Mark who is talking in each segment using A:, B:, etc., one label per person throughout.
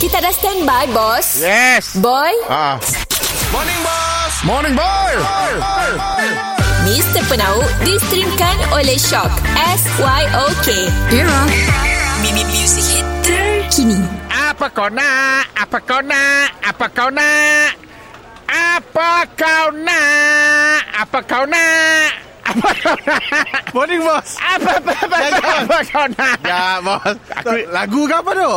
A: Kita dah standby, bos.
B: Yes.
A: Boy,
B: Ah.
C: Morning Boss
B: Morning boy.
A: Mr. Penau distrimkan oleh Shock. S-Y-O-K. Era. Mimi Music Hit terkini.
B: Apa kau nak? Apa kau nak? Apa kau nak? Apa kau nak? Apa kau nak? Apa kau nak?
C: Morning Boss
B: Apa apa apa apa, apa kau nak?
C: Ya Boss
B: Aku-
C: Lagu ke apa tu?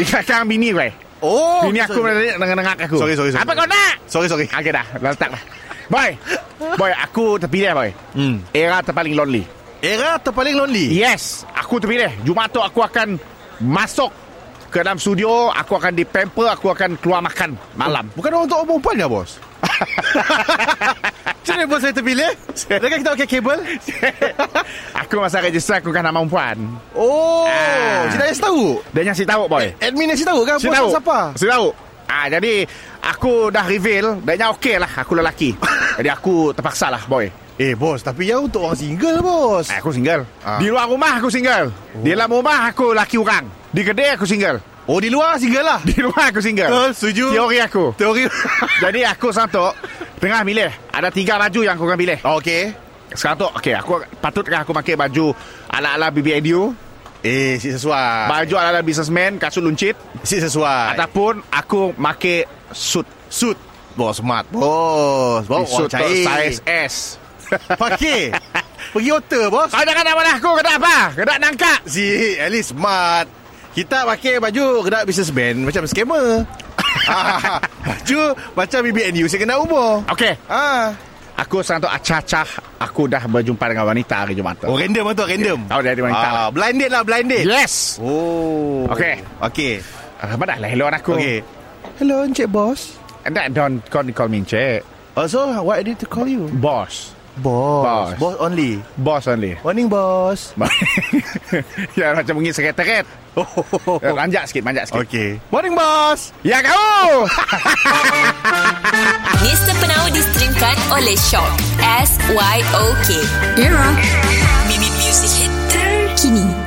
B: Dikacang bini kau. eh?
C: Oh
B: Bini aku
C: sorry.
B: menengah nengak aku.
C: Sorry, sorry, sorry.
B: Apa kau nak?
C: Sorry sorry
B: Okey dah, dah letak dah. Boy. Boy, aku terpilih boy.
C: hmm.
B: Era terpaling lonely.
C: Era terpaling lonely
B: Yes, aku terpilih. Jumaat tu aku akan masuk ke dalam studio, aku akan di pamper, aku akan keluar makan malam.
C: Bukan orang untuk orang perempuan ke Boss? Macam mana Boss saya terpilih? Adakah kita okey kabel?
B: aku masa register aku kan nama perempuan.
C: Oh
B: Ah.
C: Cik Dayas tahu?
B: Dia nyasi tahu boy.
C: Admin Nasi tahu ke?
B: Si
C: Boss
B: tahu.
C: Eh, siapa?
B: Si tahu. Ah jadi aku dah reveal, dia okey lah aku lelaki. jadi aku terpaksa lah boy.
C: Eh Boss Tapi ya untuk orang single Boss
B: Ah, Aku single.
C: Ah.
B: Di luar rumah aku single. Di dalam rumah aku laki orang. Di kedai aku single.
C: Oh di luar single lah
B: Di rumah aku single.
C: Betul, setuju.
B: Teori aku.
C: Teori
B: Jadi aku santok Tengah pilih Ada tiga baju yang aku akan pilih
C: Okey
B: Sekarang tu okay, aku, Patutkah aku pakai baju Ala-ala BBNU
C: Eh si sesuai
B: Baju ala-ala businessman Kasut luncit
C: Si sesuai
B: Ataupun aku pakai suit
C: Suit Bos smart Bos Bos
B: Suit tu
C: orang cair
B: saiz S
C: Pakai Pergi otak bos
B: Kau jangan nak mana aku Kena apa Kena nangkap
C: Si at least smart Kita pakai baju Kena businessman Macam scammer Ah, Baju Macam BBNU Saya kena umur
B: Okay
C: Ah,
B: Aku sekarang tu acah-acah Aku dah berjumpa dengan wanita hari Jumaat
C: Oh
B: tu
C: random lah tu Random
B: Oh, dia ada wanita lah.
C: Blind date lah Blind date
B: Yes
C: Oh
B: Okey.
C: Okay
B: Apa dah lah Hello aku
C: Okay Hello Encik Boss
B: Anda don't call, call me encik
C: Also why Oh, I need to call you
B: Boss
C: Boss
B: Boss.
C: Boss only
B: Boss only
C: Morning boss
B: Ya macam bunyi sekret-sekret Eh, Ranjak sikit Ranjak sikit
C: Okay Morning boss
B: Ya kau
A: Mr. Penau Ah, distrimkan oleh Shock. S-Y-O-K. Era. Mimi Music Hit terkini.